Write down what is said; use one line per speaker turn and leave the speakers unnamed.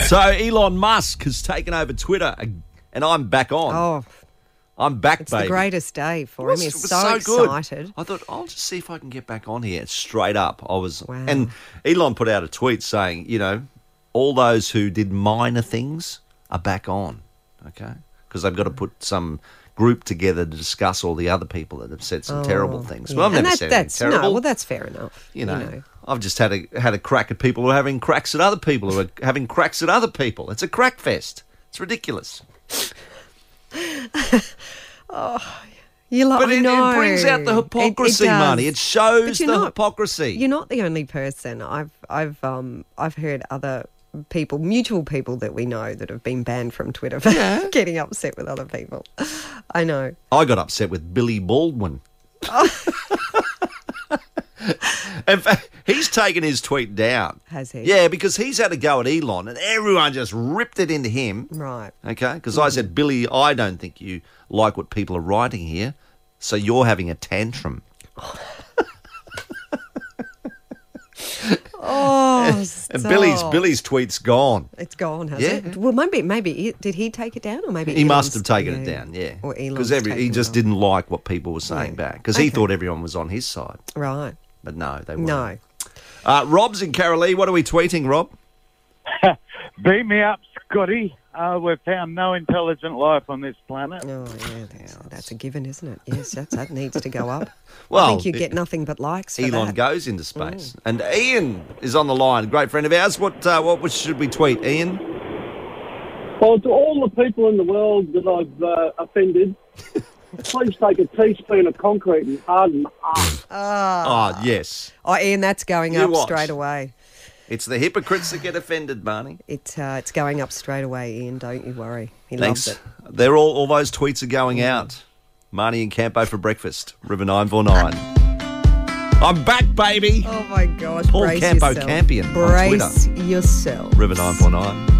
So Elon Musk has taken over Twitter, and I'm back on.
Oh,
I'm back,
it's
baby.
the greatest day for him.
It
He's
was
so,
good.
excited.
I thought I'll just see if I can get back on here straight up. I was,
Wow.
and Elon put out a tweet saying, you know, all those who did minor things are back on, okay, because they've got
Mm.
to put some group together to discuss all the other people that have said some terrible things. Well, I've
Oh, and
never
that,
said
that's
anything terrible.
no. Well, that's fair enough.
you know, I've just had a had a crack at people who are having cracks at other people who are having cracks at other people. It's a crack fest. It's ridiculous.
you like,
But
I
it,
know.
it brings out the
It- it
hypocrisy,
does.
Marnie. It shows
But
the
you're not-
hypocrisy.
You're not the only person. I've I've um I've heard other people, mutual people that we know that have been banned from Twitter for getting upset with other people. I know.
I got upset with Billy Baldwin. In fact, he's taken his tweet down.
Has he?
Yeah, because he's had a go at Elon, and everyone just ripped it into him.
Right.
Okay, because
Hmm.
I said, Billy, I don't think you like what people are writing here, so you're having a tantrum.
Oh,
And Billy's
stop.
Billy's tweet's gone.
It's gone, has
Yeah.
it? Well, maybe maybe it, did he take it down, or maybe
He must have
Elon's-
taken it down, yeah.
Or Elon
because he just didn't like what people were saying
Yeah.
back because he thought everyone was on his side,
Right.
but no, they weren't.
No.
Uh, Rob's in Carolee. What are we tweeting, Rob?
Beam me up, Scotty. Uh, we've found no intelligent life on this planet.
Oh, yeah, that's, that's a given, isn't it? Yes, that's, that needs to go up. I
Well,
think you
it-
get nothing but likes. For
Elon
that. Mm.
goes into space, and Ian is on the line. Great friend of ours. What uh, what should we tweet, Ian?
Well, Oh, to all the people in the world that I've uh, offended, please take a teaspoon of concrete and harden my heart.
Ah, yes,
Oh, Ian, that's going
You
up
watch.
straight away.
it's the hypocrites that get offended, Barney.
It's uh, it's going up straight away, Ian. Don't you worry. He
Thanks.
loves it. Mm.
They're all all those tweets are going out. Marnie and Campo for breakfast. River nine four nine. I'm back, baby.
Oh my gosh!
Paul
brace
Campo
yourself.
Campion on
Brace yourself.
River nine four nine.